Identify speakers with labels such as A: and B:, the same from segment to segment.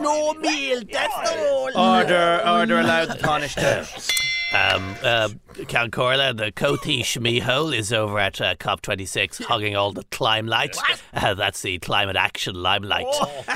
A: more meal, that's all.
B: Order, order allowed tarnished terms.
C: Um, uh, Count Corla, the Koti Shmihol is over at uh, COP26 hogging all the climelight. Uh, that's the climate action limelight.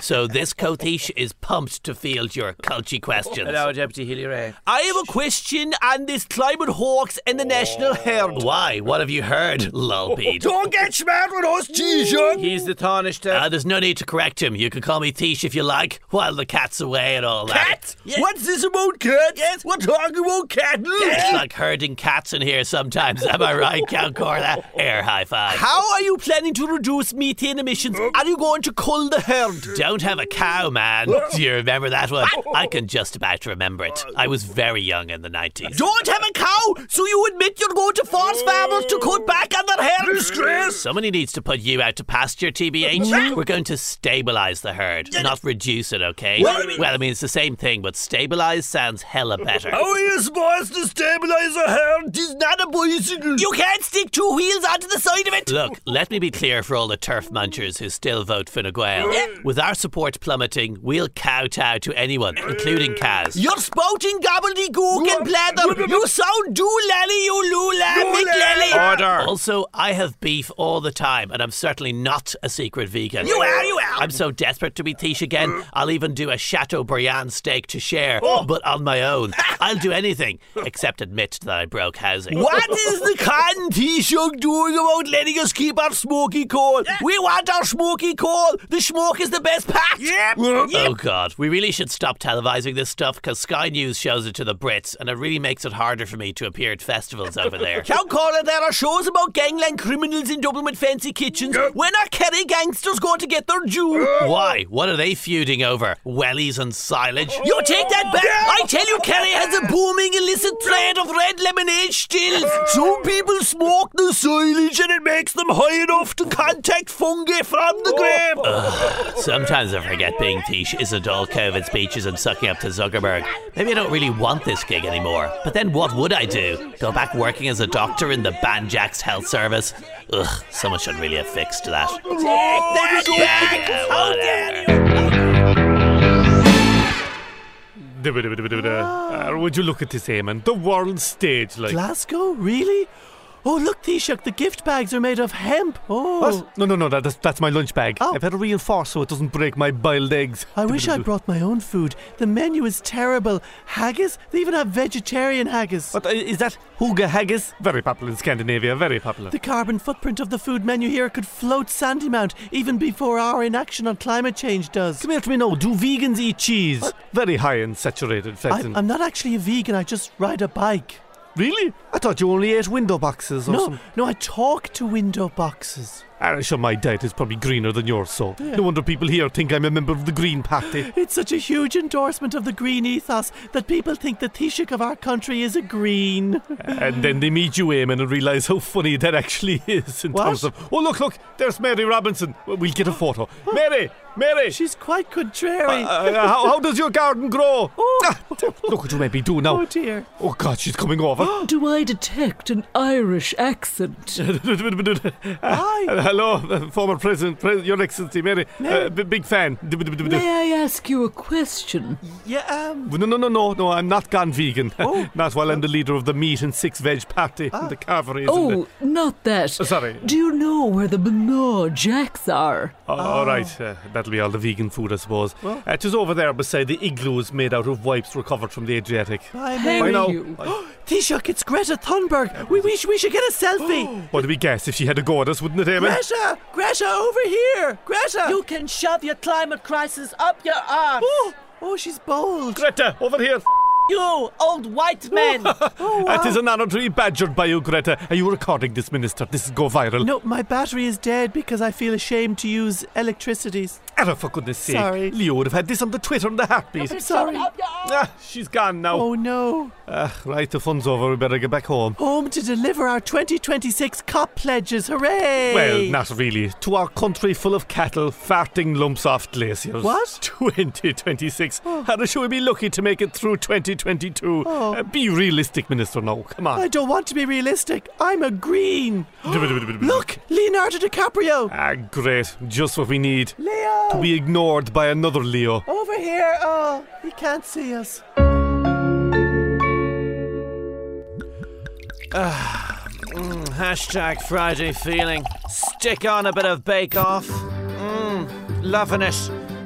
C: So this Kotish is pumped to field your culchy questions.
B: Hello, Deputy Healy Ray.
A: I have a question on this climate hawks and the national herd.
C: Why? What have you heard, Lulpeed?
D: Don't get smart with us, T-shirt.
B: He's the tarnished
C: Uh,
B: terms.
C: there's no need to correct him. You can call me Tish if you like, while the cat's away and all that.
D: Cat? What's this about cats? We're talking about cattle.
C: It's like herding cats in here sometimes. Am I right, Count Corla? Air high five.
A: How are you planning to reduce methane emissions? Are you going to cull the herd?
C: Don't have a cow, man. Do you remember that one? I can just about remember it. I was very young in the 90s.
A: Don't have a cow, so you admit you're going to force farmers to cut back on their herd?
D: Disgrace.
C: Somebody needs to put you out to pasture, TBH. We're going to stabilize the herd, not reduce it, okay? Well, I mean, it's the same thing, but stabilize sounds hella better.
E: Oh,
D: How are you supposed to stabilize a hand? It's not a bicycle.
A: You can't stick two wheels onto the side of it.
C: Look, let me be clear for all the turf munchers who still vote Fine Gael. With our support plummeting, we'll kowtow to anyone, including cows.
A: You're spouting gobbledygook and blather. You sound doolally, you lula, McLelly.
B: Order.
C: Also, I have beef all the time, and I'm certainly not a secret vegan.
A: You are, you are.
C: I'm so desperate to be Tish again, I'll even do a Chateaubriand steak to share,
A: Oh.
C: but on my own. I'll do anything except admit that I broke housing.
A: What is the cotton Taoiseach doing about letting us keep our smoky coal? We want our smoky coal. The smoke is the best pact.
C: Oh, God. We really should stop televising this stuff because Sky News shows it to the Brits, and it really makes it harder for me to appear at festivals over there.
A: Count Corner, there are shows about gangland criminals in Dublin with fancy kitchens. When are Kerry gangsters going to get their due?
C: Why? What are they feuding over? Wellies and silage?
A: You take that back! I tell you, Kerry has a booming illicit trade of red lemonade stills. Some people smoke the silage and it makes them high enough to contact fungi from the grape.
C: Sometimes I forget being Tish isn't all COVID speeches and sucking up to Zuckerberg. Maybe I don't really want this gig anymore. But then what would I do? Go back working as a doctor in the Banjax Health Service? Ugh, someone should really have fixed that.
A: That's back.
C: Yeah,
A: How
C: whatever.
A: dare you?
E: Uh, would you look at this, Eamon? The world stage, like.
C: Glasgow? Really? Oh, look, Taoiseach, the gift bags are made of hemp. Oh.
E: What? No, no, no, that, that's, that's my lunch bag.
C: Oh.
E: I've had to reinforce so it doesn't break my boiled eggs.
C: I wish I'd brought my own food. The menu is terrible. Haggis? They even have vegetarian haggis.
E: What, uh, is that Huga Haggis? Very popular in Scandinavia, very popular.
C: The carbon footprint of the food menu here could float Sandymount even before our inaction on climate change does.
E: Come here to me now. Do vegans eat cheese? Very high in saturated fat.
C: I,
E: and-
C: I'm not actually a vegan, I just ride a bike.
E: Really? I thought you only ate window boxes or
C: No,
E: something.
C: no, I talk to window boxes.
E: Ah, sure, my diet is probably greener than yours, so. No wonder people here think I'm a member of the Green Party.
C: It's such a huge endorsement of the green ethos that people think the Taoiseach of our country is a green.
E: and then they meet you, Eamon, and realise how funny that actually is in
C: What?
E: terms of. Oh, look, look, there's Mary Robinson. Well, We'll get a photo. Mary! Mary!
C: She's quite
E: Uh,
C: contrary.
E: uh, how, how does your garden grow? Ah, look what you made me do now.
C: oh dear.
E: Oh, God, she's coming over.
F: Do I detect an Irish accent?
E: Hi. hello, uh, former President, Pre- Your Excellency Mary. Uh, b- big fan.
F: May I ask you a question?
C: Yeah, um,
E: No, no, no, no, no, I'm not gone vegan.
F: Oh.
E: not while I'm the leader of the meat and six veg party and the carveries. and
F: Oh, not that.
E: the, sorry.
F: Do you know where the Benoit Jacks are?
E: Oh, All
F: Ah.
E: right, uh, that'll be all the vegan food, I suppose. Uh, it is over there beside the igloos made out of wipes recovered from the Adriatic. uh,
C: bye,
F: How
C: Mary.
E: now.
F: you?
C: Taoiseach, it's Greta Thunberg. We, we, sh- we should get a selfie.
E: What do we guess if she had a go at us, wouldn't it, Eamon?
C: Greta, Greta, over here. Greta.
G: You can shove your climate crisis up your arse.
C: Oh, oh, she's bold.
E: Greta, over here.
G: You old white man.
C: Oh,
F: Oh,
E: It
C: uh,
E: is an honour to be badgered by you, Greta. Are you recording this, Minister? This will go viral.
C: No, my battery is dead because I feel ashamed to use electricity.
E: Ever, for goodness sake.
C: Sorry.
E: Leo would have had this on the Twitter and the heartbeat.
C: I'm sorry.
E: Ah, she's gone now.
C: Oh no.
E: Ah, right, the fun's over. We better get back home.
C: Home to deliver our 2026 COP pledges. Hooray!
E: Well, not really. To our country full of cattle farting lumps off glaciers.
C: What?
E: 2026. How shall we be lucky to make it through 2022?
C: Oh.
E: Uh, be realistic, Minister, now. Come
C: I
E: on.
C: don't want to be realistic. I'm a green. Look, Leonardo DiCaprio.
E: Ah, great. Just what we need.
C: Leo.
E: to be ignored by another Leo.
H: Over here. Oh, he can't see us.
A: Hashtag Friday feeling. Stick on a bit of Bake Off. Mmm, loving it.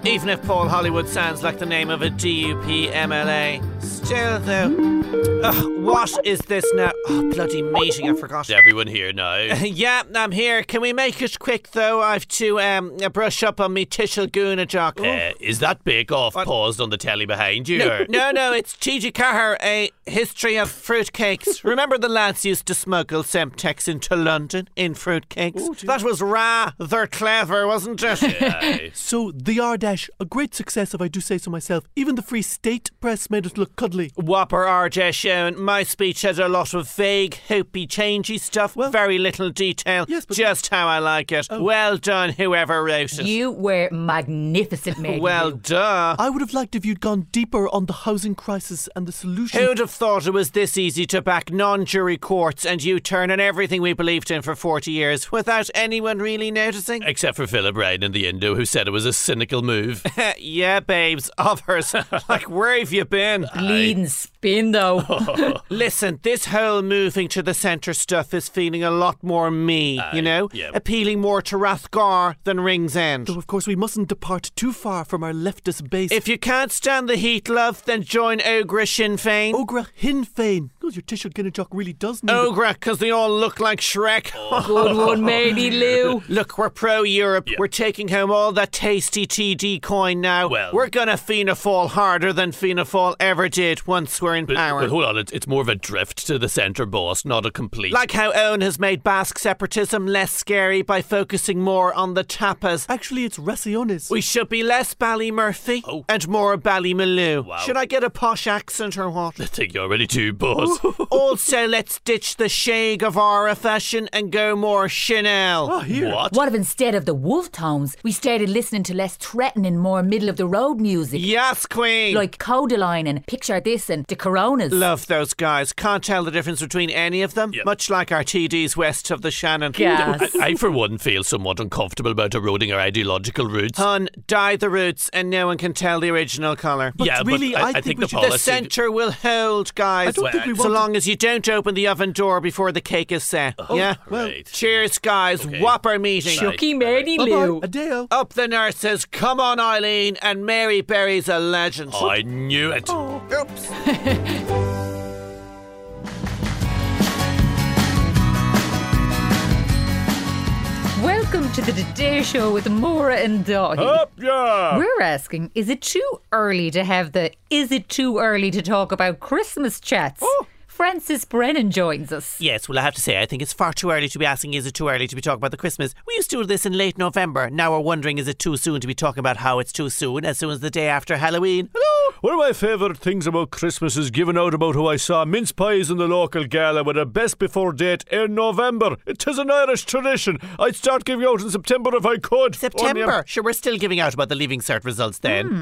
A: Even if Paul Hollywood sounds like the name of a DUP MLA. Still, though. Ugh, what is this now? Oh, bloody meeting, I forgot.
I: Is everyone here now?
A: Yeah, I'm here. Can we make it quick, though? I've to um, brush up on me Tishal Guna jock.
I: Uh, is that Bake Off paused on the telly behind you?
A: No,
I: or-
A: no, no, it's Gigi Cahir, a history of fruitcakes. Remember the lads used to smuggle Semtex into London in fruitcakes?
I: Oh,
A: that was rather clever, wasn't it?
C: So the R dash, a great success if I do say so myself. Even the Free State press made it look cuddly.
A: Whopper RJ shown. My speech had a lot of vague, hopey, changey stuff, very little detail,
C: Yes, but- Oh.
A: just how I like it. Well done, whoever wrote it.
F: You were magnificent, Meg.
A: well done.
C: I would have liked if you'd gone deeper on the housing crisis and the solution.
A: Who'd have thought it was this easy to back non jury courts and U turn on everything we believed in for 40 years without anyone really noticing?
I: Except for Philip Rain and the Indo, who said it was a cynical move.
A: Heh, yeah, babes, others. like, where have you been?
F: Bleeding spin, though.
A: Listen, this whole moving to the centre stuff is feeling a lot more me, you know?
I: yeah.
A: Appealing more to Rathgar than Rings End.
C: Though, of course, we mustn't depart too far from our leftist base.
A: If you can't stand the heat, love, then join Ogre Sinn Fein.
C: Ogra Hinfein. God, your Tishel Ginnajock really does need it.
A: Ogre, because they all look like Shrek.
J: Good one, matey Lou.
A: Look, we're pro Europe. We're taking home all that tasty TD coin now.
I: Well-
A: we're gonna Fianna Fáil harder than Fianna Fáil ever did once we're in
I: But,
A: power.
I: but hold on, it's, it's more of a drift to the centre boss, not a complete.
A: like how Owen has made Basque separatism less scary by focusing more on the tapas.
C: Actually, it's Raciones.
A: We should be less Ballymurphy and more Ballymaloe.
I: Oh. Wow.
A: Should I get a posh accent or what?
I: I think you're ready to, boss.
A: also, let's ditch the Che Guevara fashion and go more Chanel.
I: Oh, What?
F: What if instead of the wolf tones, we started listening to less threatening, more middle of the road music?
A: Yes, Queen.
F: Like Codaline and Picture This and the Coronas.
A: Love those guys. Can't tell the difference between any of them.
I: Yep.
A: Much like our TDs west of the Shannon.
F: Gas.
I: I, I, for one, feel somewhat uncomfortable about eroding our ideological roots.
A: Hun, dye the roots and no one can tell the original colour.
C: But
I: yeah,
C: really,
I: but I,
C: I
I: I
C: think
I: think
C: we
I: the
C: should-
A: The
I: policy.
A: centre will hold, guys.
C: I don't think we
A: so
C: want
A: long as you don't open the oven door before the cake is set. yeah?
I: Oh, Right.
A: Cheers, guys. Whopper meeting.
J: Chucky matey Lou.
C: Bye-bye. Adeo.
A: Up the nurses. Come on, Eileen. And Mary Berry's a legend.
I: I knew it.
A: Oops.
F: Welcome to the Today Show with Maura and Doggy.
E: Up, yeah!
F: We're asking, is it too early to have the is it too early to talk about Christmas chats? Francis Brennan joins us.
A: Yes, well, I have to say, I think it's far too early to be asking, is it too early to be talking about the Christmas? We used to do this in late November. Now we're wondering, is it too soon to be talking about how it's too soon, as soon as the day after Halloween?
E: One of my favourite things about Christmas is giving out about how I saw mince pies in the local gala with a best before date in November. It is an Irish tradition. I'd start giving out in September if I could. Only I'm-
A: September. Sure, we're still giving out about the Leaving Cert results then.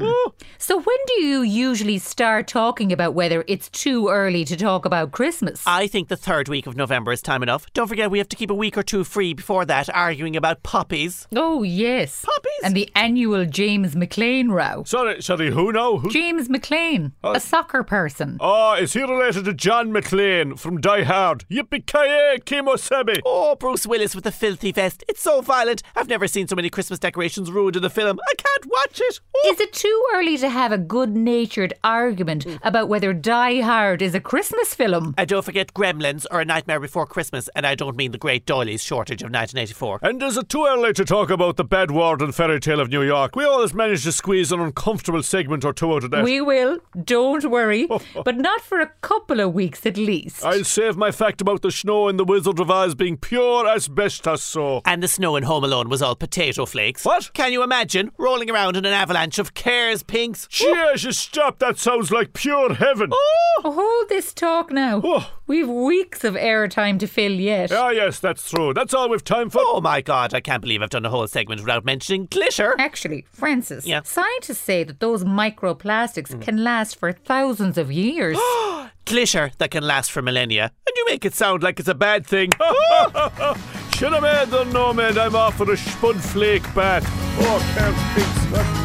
F: So, when do you usually start talking about whether it's too early to talk about Christmas?
A: I think the third week of November is time enough. Don't forget, we have to keep a week or two free before that, arguing about puppies.
F: oh, yes.
A: Puppies?
F: And the annual James McLean row.
E: Sorry, sorry, who now? Who?
F: James McLean, a soccer person.
E: Ah, is he related to John McLean from Die Hard? Yippee-ki-yay, Kimosebi!
A: Oh, Bruce Willis with the filthy vest. It's so violent. I've never seen so many Christmas decorations ruined in a film. I can't watch it. Oh.
F: Is it too early to have a good natured argument about whether Die Hard is a Christmas film?
A: And don't forget Gremlins or A Nightmare Before Christmas, and I don't mean the Great Doilies shortage of 1984.
E: And is it too early to talk about the bed ward and fairy tale of New York? We always manage to squeeze an uncomfortable segment or two out of that.
F: We will, don't worry, but not for a couple of weeks at least.
E: I'll save my fact about the snow and the Wizard of Oz being pure asbestos so.
A: And the snow in Home Alone was all potato flakes.
E: What?
A: Can you imagine rolling around in an avalanche of cares pinks?
E: Jesus, stop! That sounds like pure heaven.
F: Hold this talk now.
E: Oh.
F: We've weeks of airtime to fill yet.
E: Ah, yes, that's true. That's all we've time for.
A: Oh my god, I can't believe I've done a whole segment without mentioning glitter.
F: Actually, Francis,
A: Yeah.
F: scientists say that those microplastics can last for thousands of years.
A: Glitter that can last for millennia. And you make it sound like it's a bad thing.
E: Should have made the no man. I'm off for a spud flake bath. Oh, can't fix that.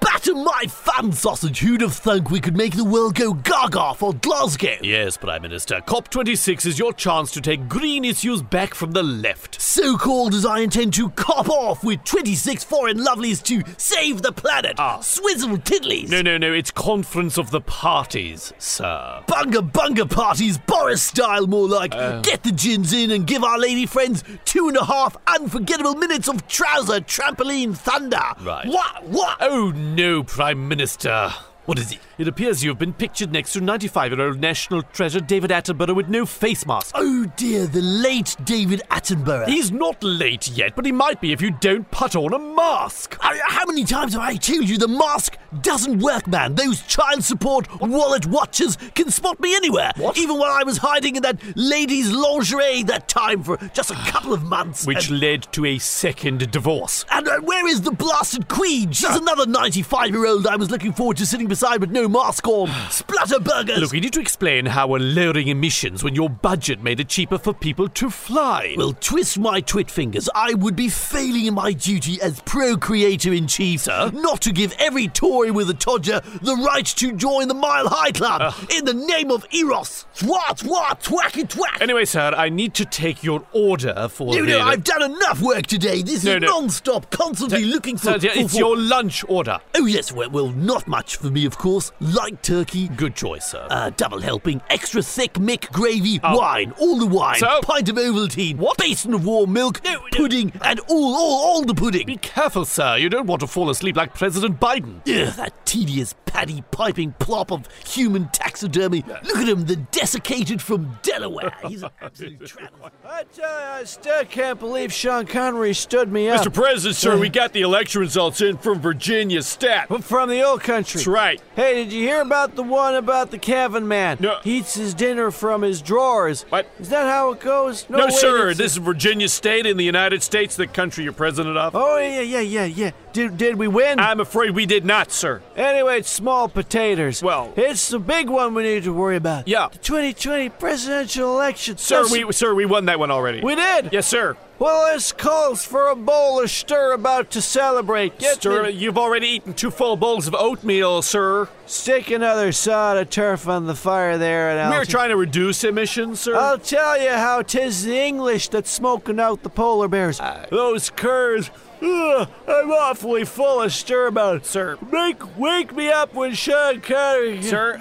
A: Batter my fan sausage. Who'd have thunk we could make the world go gaga for Glasgow?
E: Yes, Prime Minister, COP26 is your chance to take green issues back from the left.
A: So called as I intend to cop off with 26 foreign lovelies to save the planet.
E: Ah.
A: Swizzle tiddlies.
E: No, no, no, it's Conference of the Parties, sir. Uh.
A: Bunga bunga parties, Boris style more like. Get the gins in and give our lady friends two and a half unforgettable minutes of trouser trampoline thunder.
E: Right.
A: What? What?
E: Oh no, Prime Minister.
A: What is it?
E: It appears you've been pictured next to 95 year old national treasure David Attenborough with no face mask.
A: Oh dear, the late David Attenborough.
E: He's not late yet, but he might be if you don't put on a mask.
A: I- How many times have I told you the mask doesn't work, man? Those child support wallet watchers can spot me anywhere.
E: What?
A: Even while I was hiding in that lady's lingerie that time for just a couple of months.
E: Which
A: And,
E: led to a second divorce.
A: and uh, where is the blasted queen? She's
E: Uh.
A: another 95 year old I was looking forward to sitting beside with no mask on. Splatterburgers!
E: Look, we need to explain how we're lowering emissions when your budget made it cheaper for people to fly.
A: Well, twist my twit fingers. I would be failing in my duty as procreator in chief, sir, not to give every Tory with a Todger the right to join the Mile High Club
E: Ah.
A: in the name of Eros. Twat, twat, twacky, twack.
E: Anyway, sir, I need to take your order for
A: you
E: the...
A: know, I've done enough work today. This
E: No,
A: is
E: no.
A: non-stop, constantly looking for.
E: Sir, dear,
A: for-
E: it's
A: for-
E: your lunch order.
A: Oh yes, well, well, not much for me, of course. Light turkey.
E: Good choice, sir. Oh.
A: Uh, double helping, extra thick mick gravy, wine, all the wine,
E: So-
A: pint of Ovaltine, basin of warm milk, pudding, and all, all, all the pudding.
E: Be careful, sir. You don't want to fall asleep like President Biden.
A: Ugh, that tedious paddy piping plop of human taxidermy. Look at him, the desiccated from Delaware. He's an absolute travesty.
C: I tell you, I still can't believe Sean Connery stood me up.
E: Mr. President, sir, we got the election results in from Virginia Stat.
C: I'm from the old country.
E: That's right.
C: Hey, did you hear about the one about the Kevin man?
E: No.
C: He eats his dinner from his drawers.
E: What?
C: Is that how it goes?
E: No,
C: way,
E: sir,
C: that's-
E: this is Virginia State in the United States, the country you're president of.
C: Oh, yeah, yeah, yeah, yeah. Did, did we win?
E: I'm afraid we did not, sir.
C: Anyway, it's small potatoes.
E: Well-
C: it's the big one we need to worry about.
E: Yeah.
C: The 2020 presidential election.
E: Sir,
C: That's-
E: we sir, we won that one already.
C: We did.
E: Yes, sir.
C: Well, this calls for a bowl of stir about to celebrate. Get
E: sir,
C: me-
E: you've already eaten two full bowls of oatmeal, sir.
C: Stick another sod of turf on the fire there, and I'll.
E: We're trying to reduce emissions, sir.
C: I'll tell you how 'tis the English that's smoking out the polar bears. Those curs. Ugh, I'm awfully full of stir about it, sir. Make wake me up when Sean Connery.
E: Sir.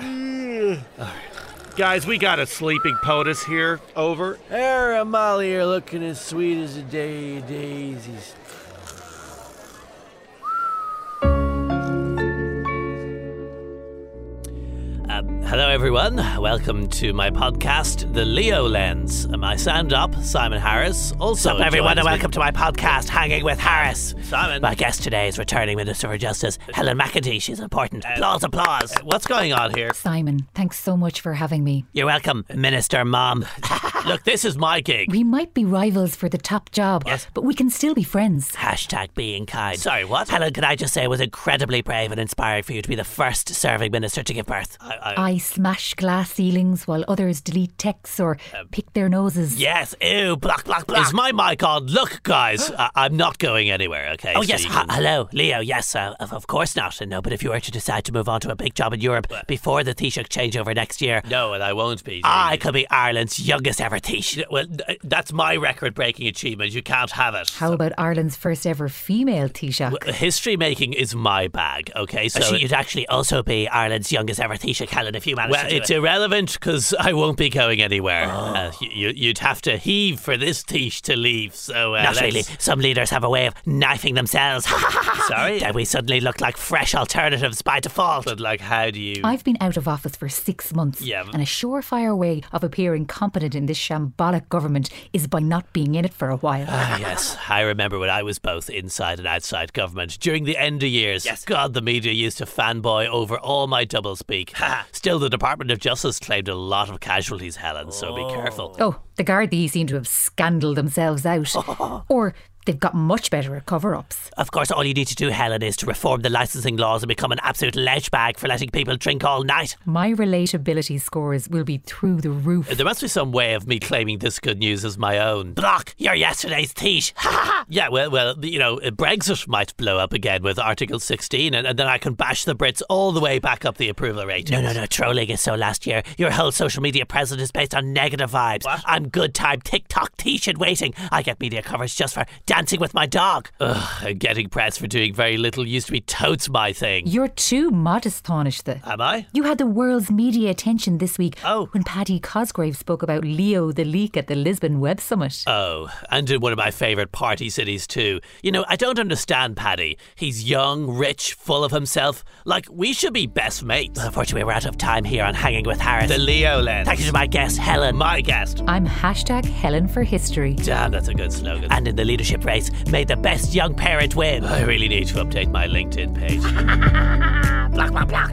E: All right. Guys, we got a sleeping POTUS here. Over.
C: There, Molly, you're looking as sweet as a day daisies.
K: Um, hello, everyone. Welcome to my podcast, The Leo Lens. Um, I sound up, Simon Harris. Also, Sup, everyone, and welcome to my podcast, Hanging with Harris. Simon. My guest today is returning Minister for Justice, Helen McAtee. She's important. applause, applause. Uh, what's going on here?
F: Simon, thanks so much for having me.
K: You're welcome, Minister Mom. Look, this is my gig.
F: We might be rivals for the top job, but we can still be friends.
K: Hashtag being kind. Sorry, what? Helen, can I just say it was incredibly brave and inspiring for you to be the first serving minister to give birth.
F: I smash glass ceilings while others delete texts or pick their noses.
K: Yes, ew, block, block, block. Is my mic on? Look, guys, I- Uh, I'm not going anywhere, okay? Oh, so yes, you ha- can- hello, Leo, yes, uh, of, of course not. No, but if you were to decide to move on to a big job in Europe before the Taoiseach changeover next year,
C: No, and I won't be.
K: I could be Ireland's youngest ever Taoiseach. Ah, Well, uh, that's my record breaking achievement. You can't have it.
F: How about Ireland's first ever female Taoiseach?
K: History making is my bag, okay? So you'd actually also be Ireland's youngest ever Taoiseach, Helen, if you managed
C: Well,
K: to do
C: it's
K: it. irrelevant because I won't be going anywhere. Uh, you, you'd have to heave for this Taoiseach to leave, so... Uh,
C: let's-
K: Not really. Some leaders have a way of knifing themselves. Sorry? Then we suddenly look like fresh alternatives by default. But, like, how do you...
F: I've been out of office for six months,
K: Mm. Yeah, but-
F: and a surefire way of appearing competent in this shambolic government is by not being in it for a while.
K: Ah, yes, I remember when I was both inside and outside government during the end of years. Yes. God, the media used to fanboy over all my doublespeak. Still, the Department of Justice claimed a lot of casualties, Helen, so be careful.
F: oh, The Gardaí seem to have scandaled themselves out.
K: Oh.
F: or they've got much better at cover ups.
A: Of course, all you need to do, Helen, is to reform the licensing laws and become an absolute ledge bag for letting people drink all night.
F: My relatability scores will be through the roof.
A: There must be some way of me claiming this good news as my own. Brock, you're yesterday's teach. yeah, well, well, you know, Brexit might blow up again with Article 16, and, and then I can bash the Brits all the way back up the approval rating. No, no, no, trolling is so last year. Your whole social media presence is based on negative vibes. I'm good time TikTok teach and waiting. I get media coverage just for dancing with my dog. Ugh, and getting press for doing very little used to be totes my thing.
F: You're too modest, Taunishtha.
K: Ah.
A: Am I?
F: You had the world's media attention this week
A: Oh.
F: when Paddy Cosgrave spoke about Leo the leak at the Lisbon Web Summit.
K: Ah.
A: Oh, and in one of my favourite party cities too. You know, I don't understand Paddy. He's young, rich, full of himself. Like, we should be best mates. Unfortunately, we're out of time here on Hanging with Harris. The Leo lens. Thank you to my guest, Helen. My guest.
F: I'm hashtag Helen for history.
A: Damn, that's a good slogan. And in the leadership race, may the best young parent win. I really need to update my LinkedIn page. block, block, block.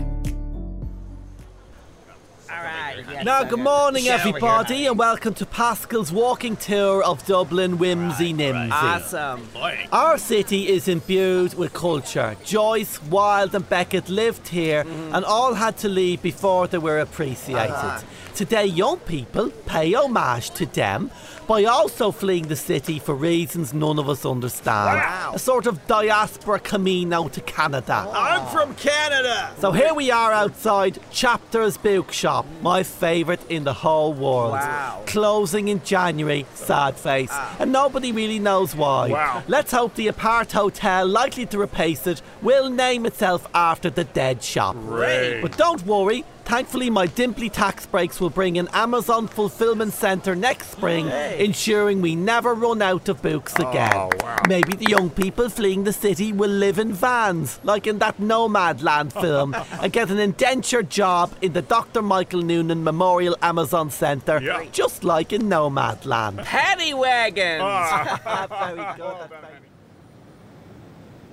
C: Now, good morning, everybody, and welcome to Pascal's walking tour of Dublin Whimsy Nimsy.
L: Awesome.
C: Our city is imbued with culture. Joyce, Wilde, and Beckett lived here and all had to leave before they were appreciated. Today, young people pay homage to them by also fleeing the city for reasons none of us understand. A sort of diaspora camino to Canada.
M: I'm from Canada.
C: So here we are outside Chapters Bookshop, my favourite in the whole world.
L: Wow.
C: Closing in January, sad face. And nobody really knows why.
M: Ah. Wow.
C: Let's hope the apart hotel, likely to replace it, will name itself after the dead shop.
M: Great.
C: But don't worry, thankfully my Dimply tax breaks will bring an Amazon fulfillment centre next spring, ensuring we never run out of books
A: Oh,
C: again. Maybe the young people fleeing the city will live in vans, like in that Nomad Land film, and get an indentured job in the Dr. Michael Noonan Memorial Amazon Centre,
E: Yeah.
C: just like in Nomad Land.
L: Paddy wagons.
E: Ah,
C: very good. that's very good.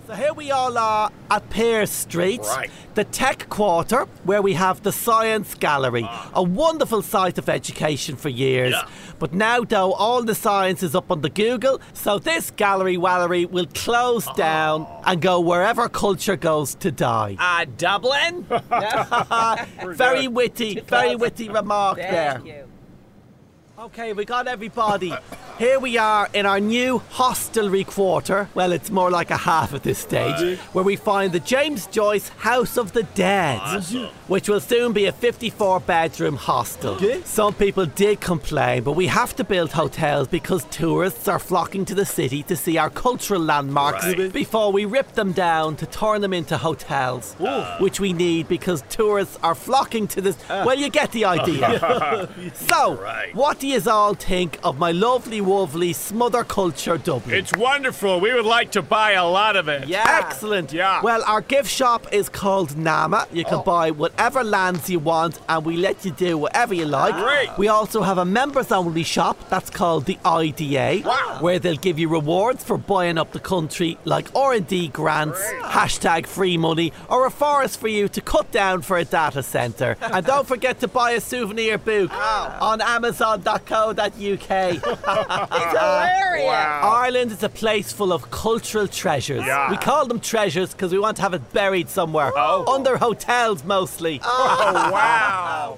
C: So here we all are at Pearse Street,
E: Right.
C: the tech quarter, where we have the Science Gallery,
L: Ah.
C: a wonderful site of education for years.
E: Yeah.
C: But now, though, all the science is up on the Google, so this gallery wallery will close
L: Ah.
C: down and go wherever culture goes to die.
L: Uh, Dublin?
C: very witty, very witty remark there.
L: Thank you.
C: Okay, we got everybody. Here we are in our new hostelry quarter. Well, it's more like a half at this stage, where we find the James Joyce House of the Dead, which will soon be a 54 bedroom hostel. Some people did complain, but we have to build hotels because tourists are flocking to the city to see our cultural landmarks before we rip them down to turn them into hotels, which we need because tourists are flocking to this. well, you get the idea. so, what do you all think of my lovely, lovely smother culture Dublin?
E: It's wonderful. We would like to buy a lot of it.
C: Yeah. Excellent.
E: Yeah. Oh.
C: Well, our gift shop is called Nama. You can buy whatever lands you want and we let you do whatever you like.
E: Great.
C: We also have a members only shop that's called the IDA, where they'll give you rewards for buying up the country like R&D grants, hashtag free money, or a forest for you to cut down for a data centre. and don't forget to buy a souvenir book on amazon.co.uk.
E: Uh-huh.
L: Hilarious.
C: Ireland is a place full of cultural treasures.
E: Yeah.
C: We call them treasures because we want to have it buried somewhere.
E: Oh.
C: Under hotels mostly.
E: Oh, wow.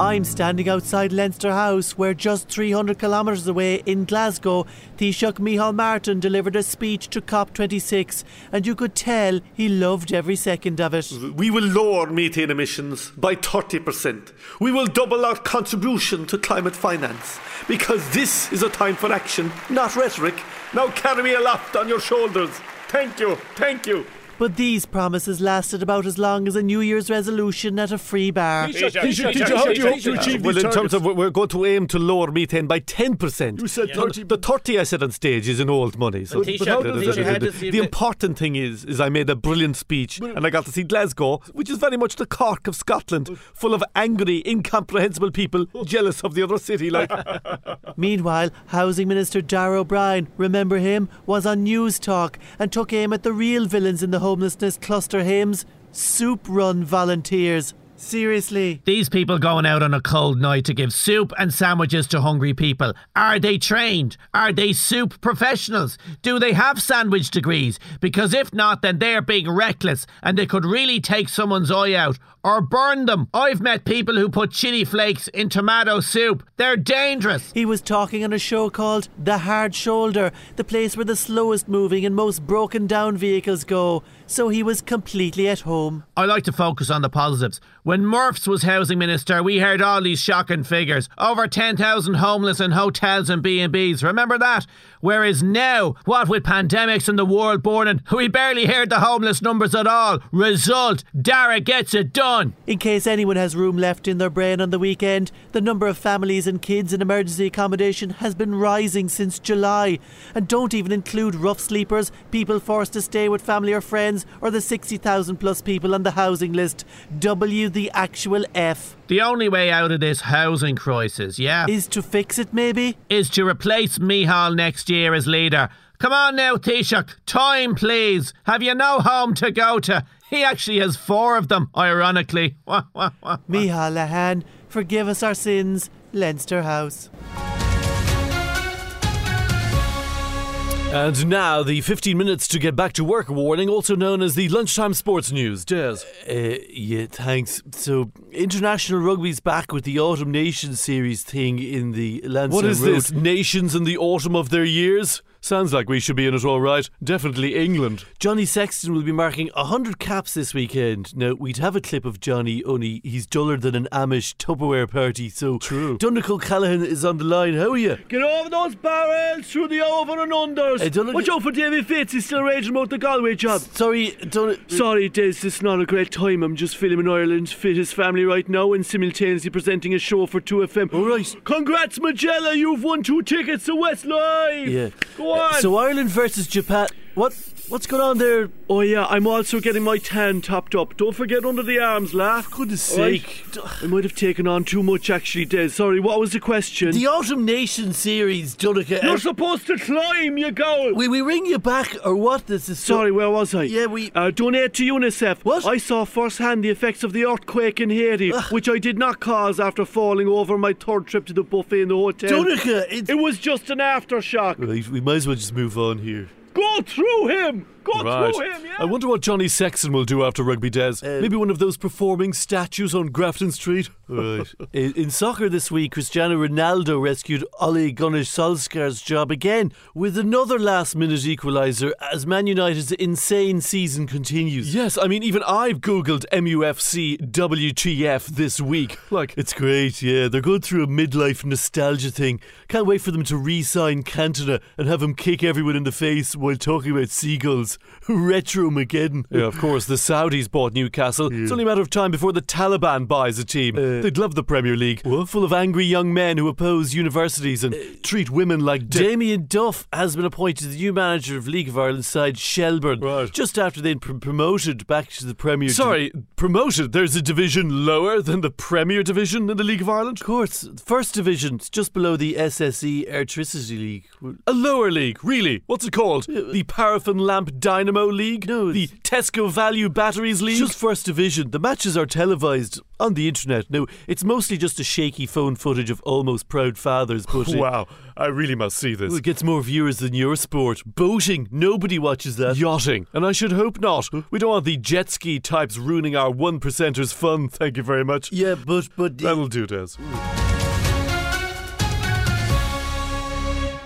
N: I'm standing outside Leinster House, where just 300 kilometres away in Glasgow, Taoiseach Micheál Martin delivered a speech to COP26, and you could tell he loved every second of it.
E: Mm-hmm.
O: We will lower methane emissions by 30%. We will double our contribution to climate finance because this is a time for action, not rhetoric. Now carry me aloft on your shoulders. Thank you, thank you.
N: But these promises lasted about as long as a New Year's resolution at a free bar.
E: how do you hope to achieve
O: Well, in terms of
E: what
O: we're going to aim to lower methane by 10%.
E: You said Yeah. 30.
O: The 30 I said on stage is in old money. So
M: But Taoiseach,
O: the,
M: Taoiseach,
O: the- the-
M: how
O: the-
M: does he-
O: the important thing is, is I made a brilliant speech and I got to see Glasgow, which is very much the Cork of Scotland, full of angry, incomprehensible people jealous of the other city. Like,
N: Meanwhile, Housing Minister Dar O'Brien, remember him, was on News Talk and took aim at the real villains in the homelessness cluster Hames soup run volunteers.
P: Seriously.
Q: These people going out on a cold night to give soup and sandwiches to hungry people. Are they trained? Are they soup professionals? Do they have sandwich degrees? Because if not, then they're being reckless and they could really take someone's eye out or burn them. I've met people who put chili flakes in tomato soup. They're dangerous.
P: He was talking on a show called The Hard Shoulder, the place where the slowest moving and most broken down vehicles go, so he was completely at home.
Q: I like to focus on the positives. When Murphs was housing minister, we heard all these shocking figures. Over 10,000 homeless in hotels and B&Bs. Remember that? Whereas now, what with pandemics and the world burning, we barely heard the homeless numbers at all. Result, Dara gets it done.
P: In case anyone has room left in their brain on the weekend, the number of families and kids in emergency accommodation has been rising since July. And don't even include rough sleepers, people forced to stay with family or friends, or the 60,000 plus people on the housing list. W the actual F.
Q: The only way out of this housing crisis, yeah, Uh,
P: Is to fix it, maybe?
Q: is to replace Mihal next year as leader. Come on now, Taoiseach, time please. Have you no home to go to? He actually has four of them, ironically. Wah, wah, wah.
P: Mihal Lahan, forgive us our sins, Leinster House.
O: And now the 15 minutes to get back to work warning, also known as the lunchtime sports news. Des.
C: Uh, yeah, thanks. So, international rugby's back with the Autumn Nations Series thing in the Lansdowne
O: What is
C: Road.
O: this? Nations in the autumn of their years? Sounds like we should be in it all right. Definitely England.
C: Johnny Sexton will be marking 100 caps this weekend. Now, we'd have a clip of Johnny, only he's duller than an Amish Tupperware party, so...
O: True.
C: Donegal Callahan is on the line. How are you?
R: Get over those barrels through the over and
C: Hey,
R: unders.
C: Donald-
R: Watch out for David Fitz, he's still raging about the Galway job.
C: Sorry, Don-
R: Sorry, Des, this is not a great time. I'm just filming Ireland's fittest family right now and simultaneously presenting a show for 2FM.
C: All right.
R: Congrats, Magella, you've won two tickets to Westlife!
C: Yeah.
R: Go on!
C: So Ireland versus Japan. What? What's going on there?
R: oh, yeah, I'm also getting my tan topped up. Don't forget under the arms, laugh.
C: uh, Goodness
R: All right.
C: sake!
R: I might have taken on too much, actually, Des. Sorry, what was the question?
C: The Autumn Nation series, Dunica.
R: You're supposed to climb, you goal!
C: Will we ring you back or what? This is so-
R: Sorry, where was I?
C: Yeah, we-
R: Uh, donate to UNICEF.
C: What?
R: I saw firsthand the effects of the earthquake in Haiti, which I did not cause after falling over my third trip to the buffet in the hotel.
C: Dunica. It's
R: It was just an aftershock.
C: right. We might as well just move on here.
R: Go through him! Go
O: Right.
R: through him, yeah!
O: I wonder what Johnny Sexton will do after rugby, Des.
C: Um,
O: Maybe one of those performing statues on Grafton Street.
C: Right. in, in soccer this week, Cristiano Ronaldo rescued Ole Gunnar Solskjaer's job again with another last-minute equaliser as Man United's insane season continues.
O: Yes, I mean, even I've Googled MUFC WTF this week. Like,
C: It's great, yeah. They're going through a midlife nostalgia thing. Can't wait for them to re sign Cantona and have him kick everyone in the face while talking about seagulls. Retro Mageddon.
O: Yeah, of course, the Saudis bought Newcastle. It's only a matter of time before the Taliban buys a team.
C: Uh,
O: They'd love the Premier League, full of angry young men who oppose universities and treat women like d-
C: Uh, Damien Duff has been appointed the new manager of League of Ireland side Shelburne
O: Right.
C: just after they'd pr- promoted back to the Premier
O: Sorry, promoted. There's a division lower than the Premier Division in the League of Ireland?
C: Of course, first division, it's just below the SSE Electricity League. Well,
O: A lower league, really? What's it called? The Paraffin Lamp Dynamo League?
C: No,
O: The
C: it's-
O: Tesco Value Batteries League?
C: Just first division. The matches are televised on the internet. Now, it's mostly just a shaky phone footage of almost proud fathers, but uh, it-
O: wow, I really must see this.
C: Well, it gets more viewers than your sport. Boating, nobody watches that.
O: Yachting, and I should hope not. We don't want the jet ski types ruining our one percenters' fun. Thank you very much.
C: Yeah, but but
O: That'll do, Des.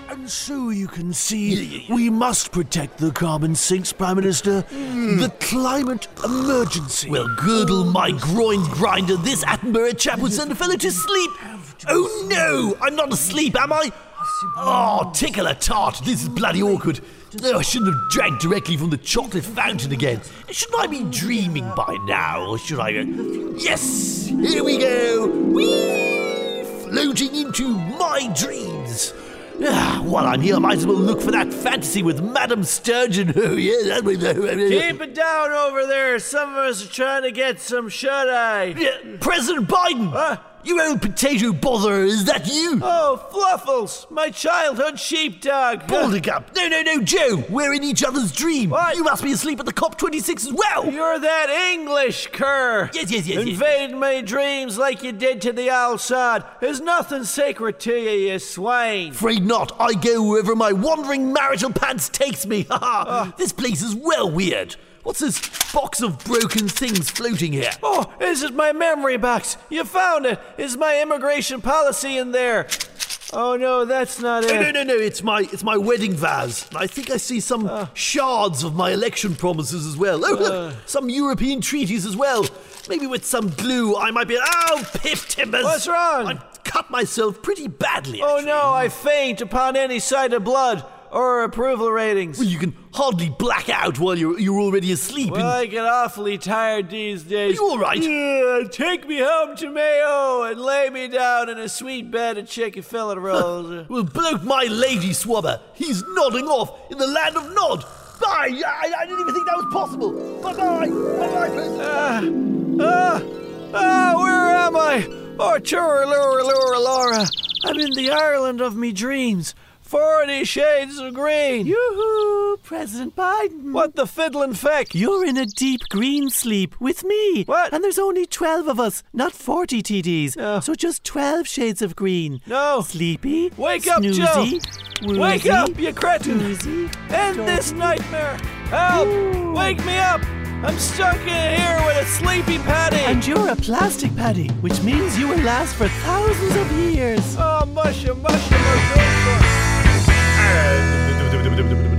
C: and so you can see, we must protect the carbon sinks, Prime Minister. The climate emergency.
A: Mm. Well, girdle my groin grinder. This Attenborough chap will send a fellow to sleep. Oh no, I'm not asleep, am I? Oh, tickle a tart. This is bloody awkward. No, I shouldn't have drank directly from the chocolate fountain again. Shouldn't I be dreaming by now, or should I? uh, Yes, here we go. Whee! Floating into my dreams. Ah, while I'm here, I might as well look for that fantasy with Madame Sturgeon. Oh, yeah, that way.
S: Keep it down over there. Some of us are trying to get some shut eye.
A: Yeah, President Biden! You old potato bother, is that you?
O: Oh, Fluffles, my childhood sheepdog.
A: Baldercup! No, no, no, Joe! We're in each other's dream! You must be asleep at the COP26 as well!
O: You're that English cur.
A: Yes, yes, yes, yes.
O: Invade my dreams like you did to the owl sod. There's nothing sacred to you, you swine.
A: Afraid not, I go wherever my wandering marital pants takes me! Ha
O: Ah.
A: ha! This place is well weird! What's this box of broken things floating here?
O: Oh, this is my memory box. You found it. Is my immigration policy in there? Oh no, that's not it.
A: No, no, no, no! It's my it's my wedding vase. I think I see some
O: Ah.
A: shards of my election promises as well. Oh, look,
O: Uh.
A: some European treaties as well. Maybe with some glue, I might be. Oh, piff timbers!
O: What's wrong?
A: I've cut myself pretty badly.
O: Oh
A: actually.
O: no, I faint upon any sight of blood or approval ratings.
A: Well, you can hardly black out while you're you're already asleep.
O: Well, I get awfully tired these
A: and, are
O: days.
A: you all right?
O: Yeah, take me home to Mayo and lay me down in a sweet bed of chicken fillet rolls.
A: Well, bloke, my lady swabber, he's nodding off in the land of nod. Bye. I, I didn't even think that was possible. Bye bye. Bye bye.
O: ah, ah, where am I? Oh, chura, lura, lura, Laura. I'm in the Ireland of me dreams. Forty shades of green.
C: Yoo-hoo, President Biden.
O: What the fiddlin' feck?
C: You're in a deep green sleep with me.
O: What?
C: And there's only 12 of us, not 40 TDs.
O: No.
C: So just 12 shades of green.
O: No.
C: Sleepy.
O: Wake up,
C: snoozy, Woozy,
O: Wake up, you cretin!
C: Woozy.
O: End this nightmare! Help! Wake me up! I'm stuck in here with a sleepy patty!
C: And you're a plastic paddy, which means you will last for thousands of years.
O: Oh, musha, musha, musha!
T: Bye.